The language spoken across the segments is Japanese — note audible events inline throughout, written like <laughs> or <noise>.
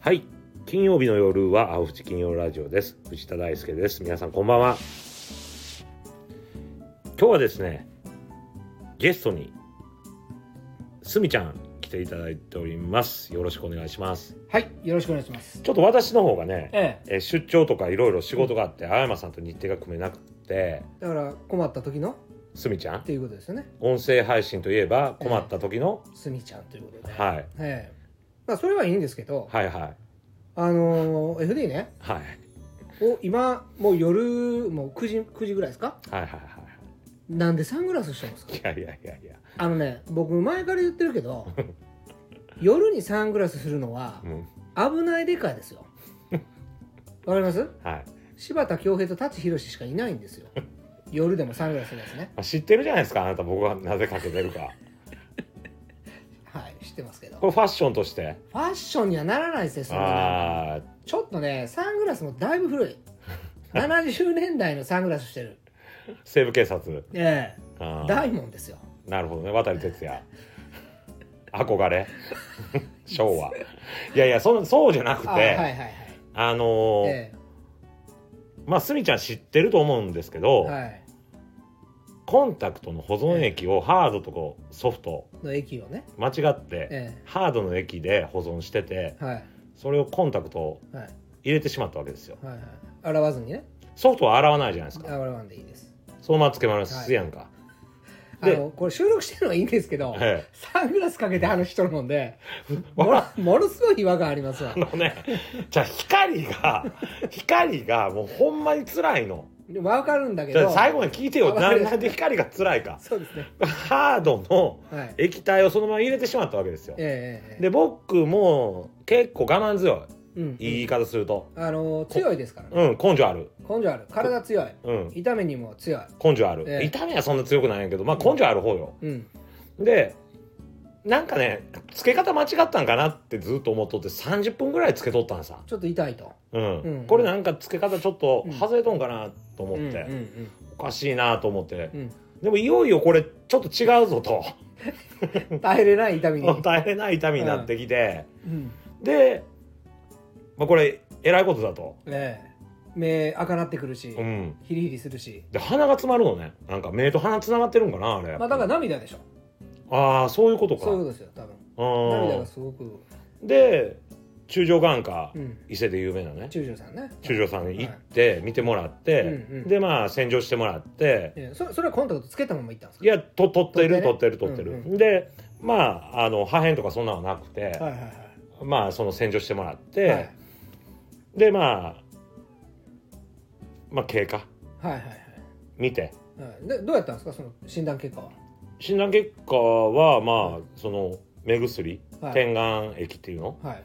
はい金曜日の夜は青淵金曜ラジオです藤田大輔です皆さんこんばんは今日はですねゲストにすみちゃん来ていただいておりますよろしくお願いしますはい、よろしくお願いします。ちょっと私の方がねええ、えー出張とかいろいろ仕事があって青山さんと日程が組めなくてだから困った時のすみちゃんっていうことですよね。音声配信といえば困った時の、すみちゃんということで。はいええ、まあそれはいいんですけど、はいはいあのー FD ね、はいを今もう夜もう9時9時ぐらいですか？はいはいはいなんでサングラスしてますかい？やいやいやいやあのね、僕前から言ってるけど、夜にサングラスするのはうん危ないでかいですよ。わかります？はい、柴田恭平と舘ひろししかいないんですよ。夜でもサングラスですね。まあ、知ってるじゃないですかあなた僕はなぜかけてる <laughs> かはい、知ってますけど。こフれファッションとしてァッションにはならないですよ、それは。あちょっとね、サングラスもだいぶ <laughs> 古い。70年代のサングラスしてる。あ西部警察ええあー大門ですよ。なるほどね渡哲也憧れ <laughs> 昭和いやいやそそうじゃなくてああ,、はいはいはい。のーえまあすみちゃん知ってると思うんですけど、えはい。コンタクトの保存液をハードとこうソフトの駅をね。間違って、えハードの液で保存しててえはいそれをコンタクトをはい入れてしまったわけですよはいはい。洗わずにね。ソフトは洗わないじゃないですか洗わんでいいです。そのままつけますやんか、あの、これ収録してるのはいいんですけど、ええサングラスかけて話しとるもんで、もわのものすごい違和感ありますわあ。のねじゃあ光が光がもうほんまに辛いのわかるんだけじゃど。あ最後に聞いてよわかなりましたなんで光が辛いかそうですね。ハードのはい。え液体をそのまま入れてしまったわけですよえええで僕も結構我慢強うんい言い方するとあの強いですからね。うん根性ある根性ある。体強い。うん痛みにも強い。根性ある、ええ痛みはそんな強くないんやけどまあ根性ある方ようん。でなんかねつけ方間違ったんかなってずっと思っとって30分ぐらいつけとったんさ、ちょっと痛いと。うんうんこれなんかつけ方ちょっと外れとんかなと思って、うんうんおかしいなと思って、うんでもいよいよこれちょっと違うぞとうん耐えれない痛みに、大変な痛みになってきて、うんで、まあ、これえらいことだと、ええ目赤なってくるし、うん、ヒリヒリするしで鼻が詰まるのねなんか目と鼻つながってるんかなあれ、まあだから涙でしょああそういうことかそういうことですよ多分うん涙がすごく、で中条眼科、うん、伊勢で有名なね中条さんね中条さんに行って見てもらって、うんうんでまあ洗浄してもらって、ええそれそれはコンタクトつけたまま行ったんですかいやと取ってる取取っっててねる取ってる、うんでまああの破片とかそんなのはなくて、はいはいはいまあその洗浄してもらって、はいでまあまあ経過はいはい見てはいはいでどうやったんですかその診断結果は診断結果はまあその目薬、はい点眼液っていうのは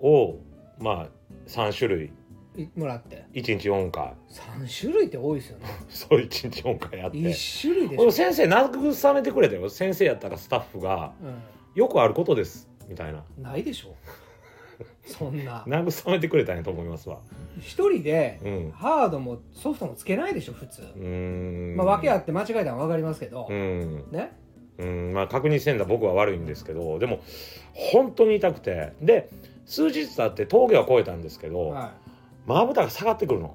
をまあ3種類いいもらって1日4回 <laughs> 三種類って多いですよねそう1日4回やって一種類で俺しょ、先生慰めてくれたよ先生やったらスタッフが「う、よくあることです」みたいなんないでしょそんな慰めてくれたんやと思いますわ一人でうんハードもソフトもつけないでしょ普通、うーんまあ訳あって間違えたのは分かりますけど、うんねうんまあ確認せんだ僕は悪いんですけどでも本当に痛くてで数日経って峠は越えたんですけどはまぶたが下がってくるの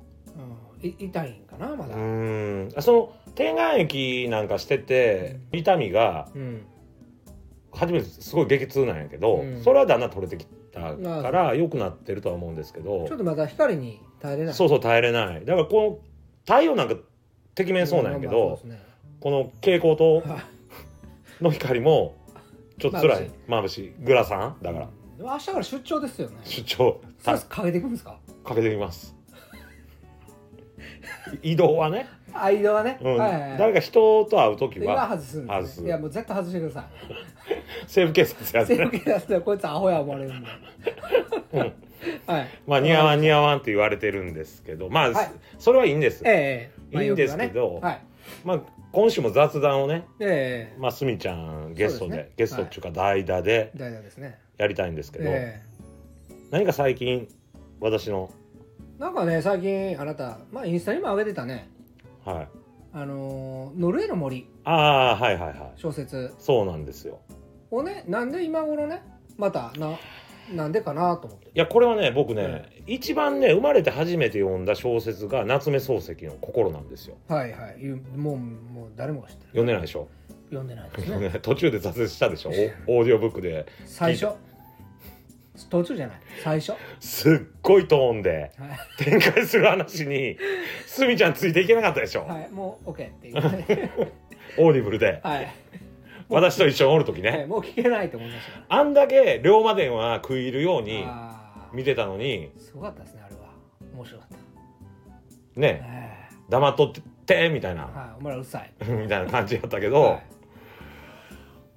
い、うんい、痛いんかなまうだ、ーんあその点眼液なんかしてて痛みがうん初めてすごい激痛なんやけど、うんそれはだんだん取れてきたから良くなってるとは思うんですけどちょっとまだ光に耐えれないそうそう耐えれないだからこの太陽なんかてきめんそうなんやけど、まあまあこの蛍光灯そうですねはいの光もちょっと辛い眩しいグラサンだからうん明日から出張ですよね出張ストたレスかけていくんですかかけてみます移動はね、間はね、うんはいはいはい誰か人と会う時今は外すんですね外すいやもう絶対外してくださ西部警察やいってセねルケ出すとこいつアホや思われるんで、 <laughs> はいまあ似合わんに似合わんって言われてるんですけどまあ、はいそれはいいんです、ええいいんですけどまあ欲がねはいまあ今週も雑談をねええまあすみちゃんゲストでそうですねゲストっていうか代打で大丈夫ですねやりたいんですけど、ええ何か最近私のなんかね最近あなた、まあ、インスタにも上げてたねはあのーノルウェーの森ああーはいはいはい小説そうなんですよをねなんで今頃ねまたななんでかなと思っていやこれはね僕ね、一番ね生まれて初めて読んだ小説が夏目漱石の「心」なんですよはいはいゆもうもう誰もが知ってる読んでないでしょ、読んでないですね <laughs> 途中で挫折したでしょオオーディオブックで最初途中じゃない最初、はすっごいトーンでい展開する話にすみちゃんついていけなかったでしょ、はい、もう OK って <laughs> 言って、オーディブルではい私と一緒におる時はい、ねもう聞けないと思いましたからあんだけ龍馬伝は食い入るようにあー見てたのにすごかったですねあれは面白かった、ねえ黙っとってみたいえなはい、お前らうるさい <laughs> みたいな感じやったけど、は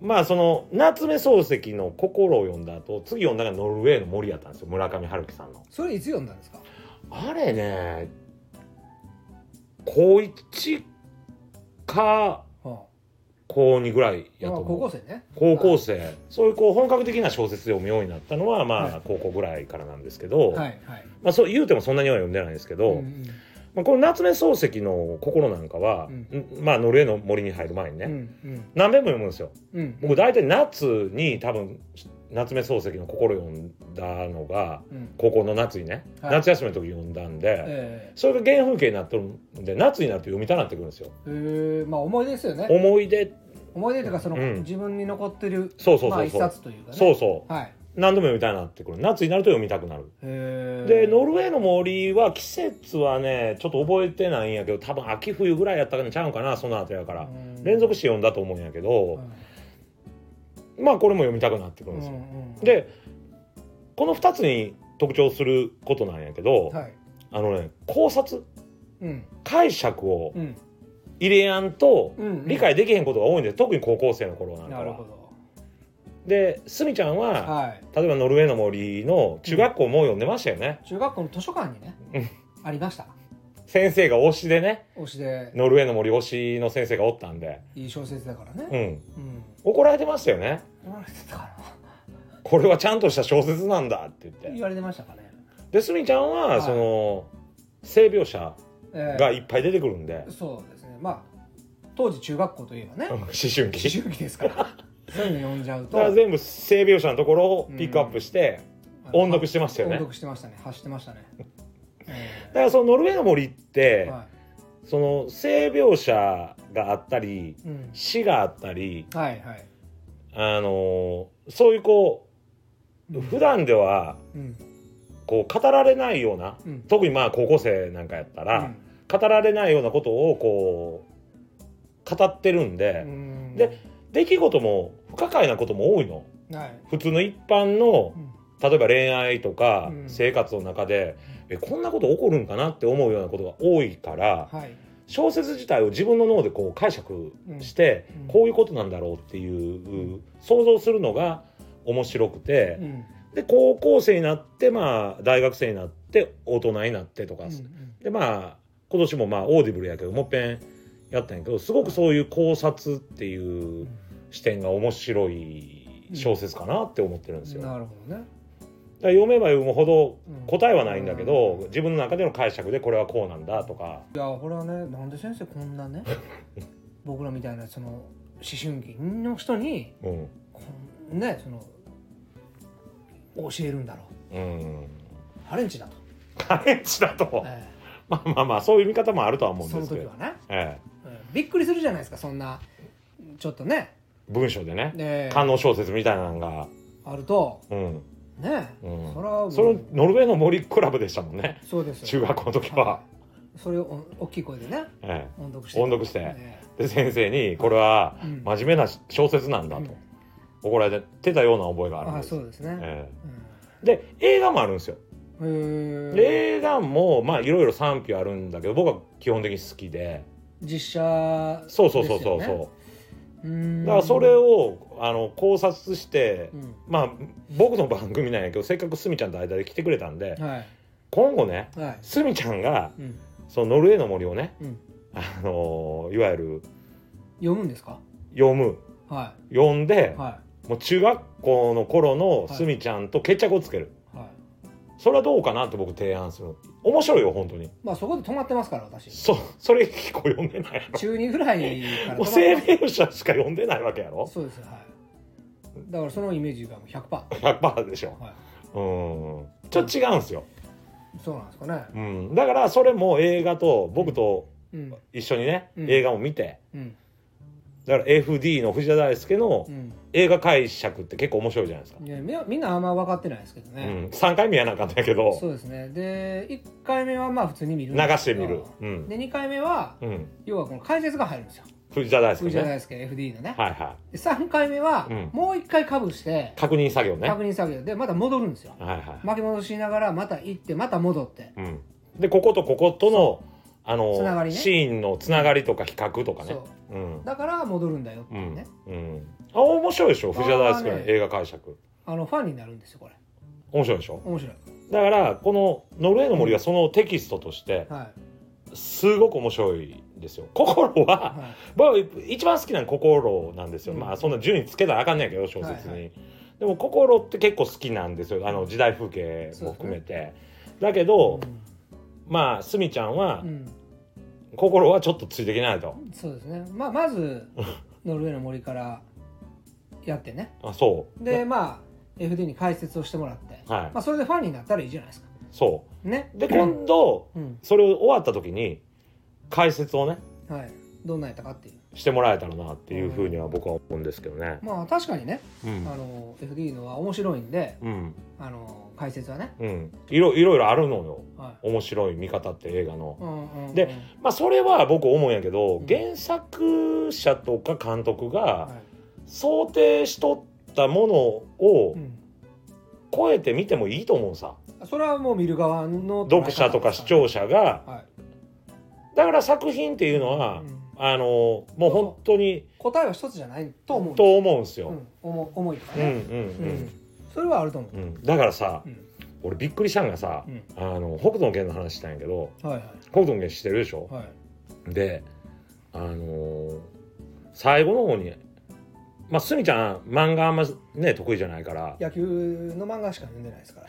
まあその夏目漱石の「心」を読んだ後次読んだのが「ノルウェーの森」やったんですよ村上春樹さんのい、。それいつ読んだんですかあれね高1かは高2ぐらいあ、やまとあ思う高校生ね高校生そういうこう本格的な小説で読むようになったのはまはあい高校ぐらいからなんですけど、はいはいまあ、そう言うてもそんなには読んでないんですけど、うんうんまあ、この夏目漱石の「心」なんかは、うんんまあ、ノルウェーの森に入る前にね、うん何遍も読むんですよ。うんうん僕大体夏に多分夏目漱石の「心」読んだのがうん高校の夏にね、はい夏休みの時読んだんで。えそれが原風景になってるんで夏になって読みたなってくるんですよえええまあ思い出ですよね思い出思い出というかその、うん自分に残ってるそうそうまあそう一そう、冊というかねそうそうはい何度も読みたいなってくる夏になると読みたくなるへでノルルウェーの森は季節はねちょっと覚えてないんやけど多分秋冬ぐらいやったかにちゃうんかなその後やから連続して読んだと思うんやけうんどまあこれも読みたくなってくるんですうよんうんでこの2つに特徴することなんやけど、はいあのね考察うん解釈をうん入れやんとうん理解できへんことが多いんです特に高校生の頃なんかなるはほ。どでスミちゃんははい例えば「ノルウェーの森」の中学校も読んでましたよね、中学校の図書館にねうんありました先生が推しでね推しでノルウェーの森推しの先生がおったんで、いい小説だからうねん、うん怒られてましたよね言われてたかこれはちゃんとした小説なんだって言なっ言てわれてましたかねでスミちゃんははいその性描写ええがいっぱい出てくるんで、そうですねまあ当時中学校といえばねうん思春期思春期ですから <laughs> そういうの読んじゃうだとから全部性描写のところをピックアップして、音読してましたよね音読してましたね発してま <laughs> したね、えだからその「ノルウェーの森」って、えはその性描写があったりい、うん、詩があったりはいはいあのーそういうこう普段ではうんこう語られないようなうん特にまあ高校生なんかやったうらん、語られないようなことをこう語ってるんで、うんで出来事も不可解なことも多いのはい、普通の一般のうん例えば恋愛とかうん生活の中で、えこんなこと起こるんかなって思うようなことが多いからはい小説自体を自分の脳でこう解釈して、うんうんこういうことなんだろうっていう想像するのが面白くてう、んで高校生になってまあ大学生になって大人になってとか、うんでまあ今年もまあオーディブルやけどもっぺんやったんやけどすごくそういう考察っていう視点が面白い小説かなって思ってるんですうんよ。だかなるほどね、ら読めば読むほどうん答えはないんだけど、うんい自分の中での解釈でこれはこうなんだとかやこれはねなんで先生こん <laughs> なね僕らみたいなその思春期の人にうん、こんねその教えるんだろうん、うハレンチだと、カレンジだとえまあまあまあそういう見方もあるとはえ思うんそでのすけ時ど、はね、ええ、うんびっくりするじゃないですかそんなちょっとね文章でねね観音小説みたいなのが、あるとうんねうん、それはもうそれノルウェーの森クラブでしたもんねそうですよ中学校の時は、いそれをお大きい声でねえ音読して音読してえええで先生に「これはうん真面目な小説なんだ」と怒られてたような覚えがあるんあですそうですね、えうんえで映画もあるんですよへー映画もまあいろいろ賛否あるんだけど僕は基本的に好きで実写そうそうそうそうそう、うーんだからそれをあの考察して、うんまあ僕の番組なんやけどせっかくスミちゃんと間で来てくれたんで、はい今後ねはいスミちゃんがうんそのノルウェーの森をね、 <laughs> うんあのーいわゆる読むんですか読むは読んいで、はもう中学校の頃のスミちゃんと決着をつける、いはそれはどうかなって僕提案する面白いよ本当にまあそこで止まってますから <laughs> 私そそれ以降読んでないやろ中2ぐらいからも止 <laughs> まうっ生命者しか読んでないわけやろそうですはいだからそのイメージがもう100%、は100%でしょい、うんちょっと違うんですよ、そうなんですかねうん、だからそれも映画と僕とうん一緒にね、うん映画を見てうんだから FD の藤田大輔のうん映画解釈って結構面白いじゃないですか、いやみみんなあんま分かってないですけどうね、ん、3回目やなあかったんやけどそうですねで1回目はまあ普通に見る流んですしけてどみる、うんで2回目はうん、要はこの解説が入るんですよ藤田大輔藤田ね大輔 FD のね、はいはで3回目はうんもう1回かぶしてい確認作業ねは確認作業でまた戻るんですよいはい、巻き戻しながらまた行ってまた戻ってうん、でこことこことのあのつながりねシーンのつながりとか比較とかね、そうんだから戻るんだよってういうねん、うん、あ面白いでしょ藤田大輔のあーね映画解釈あのファンになるんですよこれ面白いでしょ面白いだからこの「ノルウェーの森」はそのテキストとしてはいすごく面白いですよ心ははい僕一番好きなのは心なんですよ、うんまあそんな順位つけたらあかんねんけど小説に、はいはでも心って結構好きなんですよあの時代風景も含めて、だけど、うまあすみちゃんはん、うん心はちょっとついていけないとそうですねまあまずノルウェーの森からやってねあそうでまあ FD に解説をしてもらって、はいまあ、それでファンになったらいいじゃないですかそねうで今度うんそれを終わった時に解説をねはいどんなんやったかっていうしてもらえたらなっていうふうには僕は思うんですけどねまあ確かにね、うあんの FD のは面白いんでうんあの解説はね、うんいろいろいろあるのよは面白い見方って映画のいうんうんうん、でまあそれは僕思うんやけうどん原作者とか監督がはい想定しとったものをうん、超えて見てもいいと思うさそれはもう見る側の読者とか視聴者、者がはいだから作品っていうのはうんあのもう本当に答えは一つじゃないと思うと思うんですうよ。ん、思う思いとかうんうね、んそれはあると思ううん、うん、だからさうん俺びっくりしたんがさうんあの北斗の拳の話したんやけどはいはい北斗の拳してるでしょはいであのー最後の方にまあすみちゃん漫画あんまね得意じゃないから野球の漫画しか読んでないですか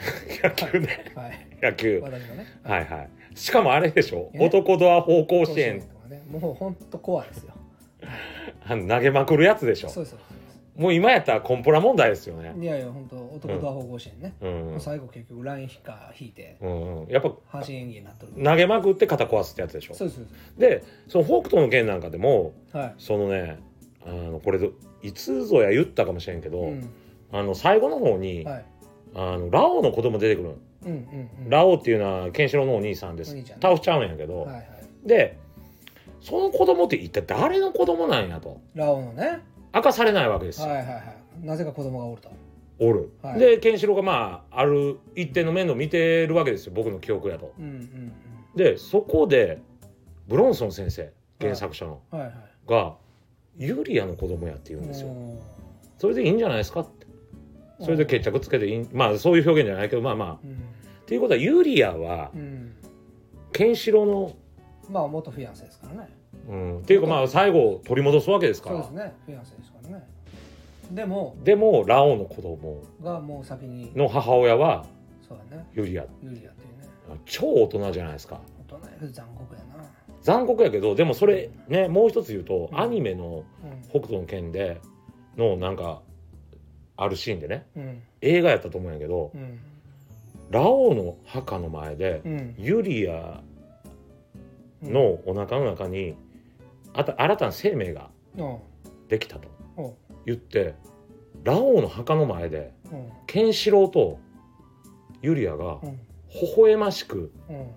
<laughs> ら野球ねはい野球私がねはいはいしかもあれでしょえ男ドア方甲甲子子園園とかねもうほんとコアですよあの投げまくるやつでしょそうですそうもう今やったらコンプラ問題ですよでねすいやいやほんと男とアホ甲子園ね、うん、最後結局ライン引か引いてうん、やっぱ阪神演技になっとる投げまくって肩壊すってやつでしょそうですそうででその北斗の拳なんかでもすはいそのねあのこれどいつぞや言ったかもしれんけど、うんあの最後の方に、はいあのラオウの子供出てくるのうんうんうんラオウっていうのはケンシロウのお兄さんでおす兄ちゃんね倒しちゃうんやけど、はいはいでその子供って一体誰の子供なんやとラオウのね明かされないわけですはいよ、はいはいなぜか子供がおるとおる、はいでケンシロウがまあある一定の面倒見てるわけですよ僕の記憶やとうんうんでそこでブロンソン先生原作者の、うんはいはいがユリアの子供やって言うんですよ、おーそれでいいんじゃないですかってそれで決着つけていいまあそういう表現じゃないけどまあまあうんっていうことはユリアはうんケンシロウのまあ元フィアンセですからねうん、っていうかまあ最後取り戻すわけですかそうらですねフィアンセですからねでもでもラオウの子供がもう先にの母親はそうだねユリアユリアっていうね超大人じゃないですか大人やけど残酷やな、残酷やけどでもそれねもう一つ言うとうんアニメの「北斗の拳」でのなんかあるシーンでねうんうん映画やったと思うんやけどうんラオウの墓の前でうんユリアうんのお腹の中にあた新たな生命がうんできたとおう言ってラオウの墓の前でうんケンシロウとユリアがうん微笑ましくうん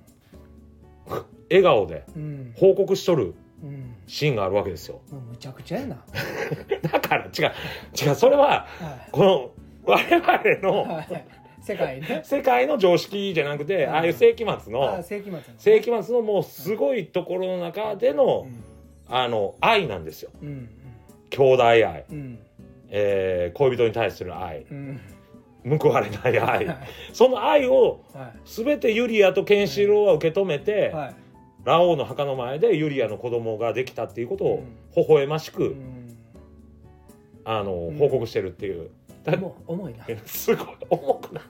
笑顔でうん報告しとるうんシーンがあるわけですよ <laughs> もうむちゃくちゃやなだから違う違うそれははこの我々いのはい世界ね世界の常識じゃなくてうんああいう世紀末あの世紀末のね世紀末のもうすごいところの中でのあの愛なんですようんうん兄弟愛、うんえー恋人に対する愛うん報われないは愛 <laughs> いその愛をは全てユリアとケンシロウは受け止めいて、はいラオウの墓の前でユリアの子供ができたっていうことを微笑ましく、うんあのうん報告してるっていう、だもう重いなえすごい重くない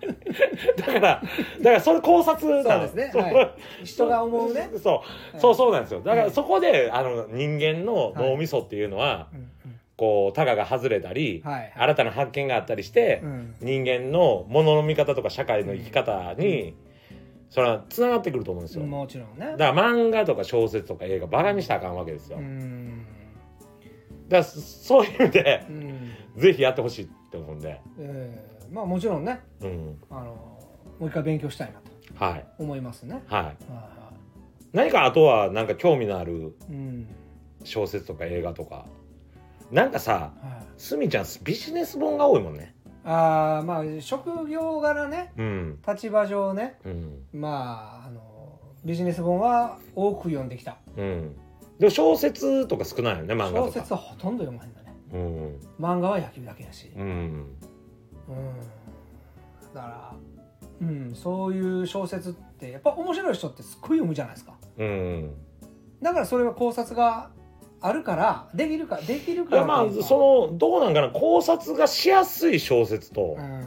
<laughs> だからだからそれ考察なのそうですねそはい人が思うね、 <laughs> そうはいそうそうなんですよだかはらいそこであの人間の脳みそっていうのはうんうんこうタガが外れたりはい新たな発見があったりしてうん人間のものの見方とか社会の生き方にそれはつながってくると思うんですよだもちろんかねら漫画とか小説とか映画バカにしたらあかんわけですようだかんらそそういう意味で <laughs> うんぜひやってほしいって思うんでえーまあもちろんねうんあのもう一回勉強したいなとはい思いますねはいはいは何かあとはなんか興味のあるいうん小説とか映画とかなんかさはいすみちゃんビジネス本が多いもんねあーまあ職業柄ねうん立場上ねうんまああのビジネス本は多く読んできたうんでも小説とか少ないよね漫画小とか説はほとんど読まへんだねうん漫画は野球だけだしうんうんだからうんそういう小説ってやっぱ面白い人ってすっごい読むじゃないですかうんだからそれは考察があるからできるかできるいからやまっていうあかそのどうなんかな考察がしやすい小説とう、ん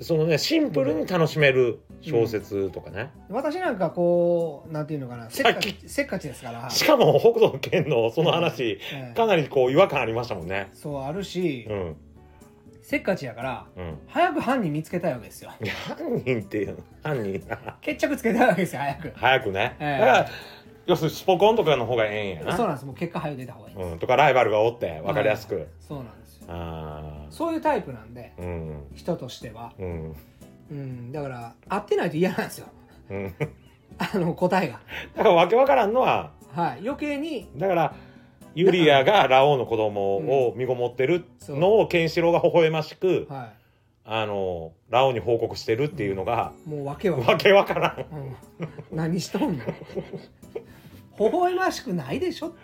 そのねシンプルに楽しめる小説とかね、私なんかこうなんていうのかなせっかちせっかちですからしかも北斗健のその話、ええかなりこう違和感ありましたもんねそうあるし、うんせっかちやからうん早く犯人見つけたいわけですよいや犯人っていう犯人 <laughs> 決着つけたいわけですよ早く、早くね、ええだから要するにスポコンとかの方がええんやなそうなんですもう結果早く出た方がいいんです、うん、とかライバルがおって分かりやすく、そうなんですよあそういうタイプなんであうん人としてはうんうんだから合ってないと嫌なんですようん <laughs> あの答えがだからわけわからんのははい余計にだからユリアがラオウの子供を身ごもってるのをケンシロウが微笑ましく、はあのラオウに報告してるっていうのがいもうわけはわけわからんうん、何しとんの微笑ましくないでしょって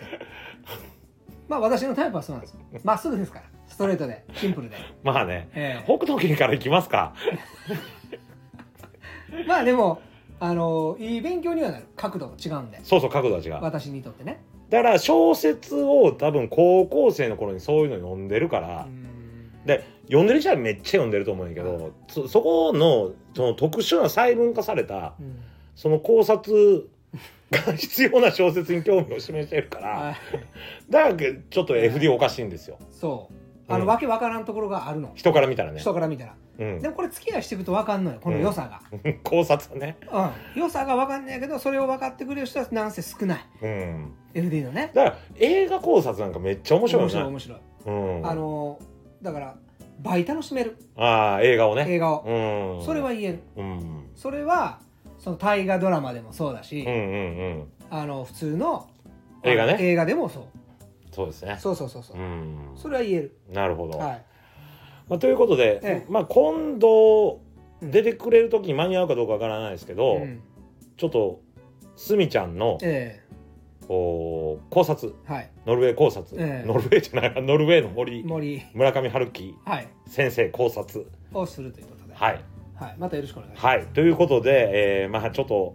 まあ私のタイプはそうなんですよまっすぐですからストレートでシンプルで、まあねえ北斗県から行きますかえまあでもあのいい勉強にはなる角度が違うんでそうそう角度は違う私にとってねだから小説を多分高校生の頃にそういうの読んでるから、うんで読んでる人はめっちゃ読んでると思うんやけど、そそこのその特殊な細分化されたうんその考察 <laughs> が必要な小説に興味を示してるからあだからちょっと FD おかしいんですよそうあの、うんわけわからんところがあるの人から見たらね、人から見たらうんで、もこれ付き合いしていくとわかんのよこの良さが、考察ね、うん良さがわかんないけどそれを分かってくれる人はなんせ少ないうん、 FD のねだから映画考察なんかめっちゃ面白いよ面白いね面白いうん、あのだから倍楽しめるあー映画をね映画を、うんそれは言えるうんそれはその大河ドラマでもそうだし、うんうんうんあの普通の映画ねあの映画でもそうそうですねそうそうそうそうう、んそれは言える、なるほど、はいまあ、ということで、ええまあ、今度うん出てくれる時に間に合うかどうかわからないですけど、うんちょっとすみちゃんのえおー考察えはいノルウェー考察、ええノルウェーじゃないノルウェーの森森村上春樹はい先生考察をするということで、はいはいまたよろしくお願いします、はいということで、えーまあちょっと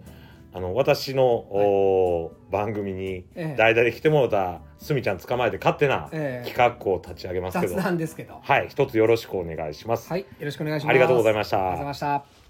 あの私の、おー番組にええ代打で来てもらったすみちゃん捕まえて勝手なええ企画を立ち上げますけ雑ど、談ですけどはい一つよろしくお願いします、はいよろしくお願いしますありがとうございまありがとうございました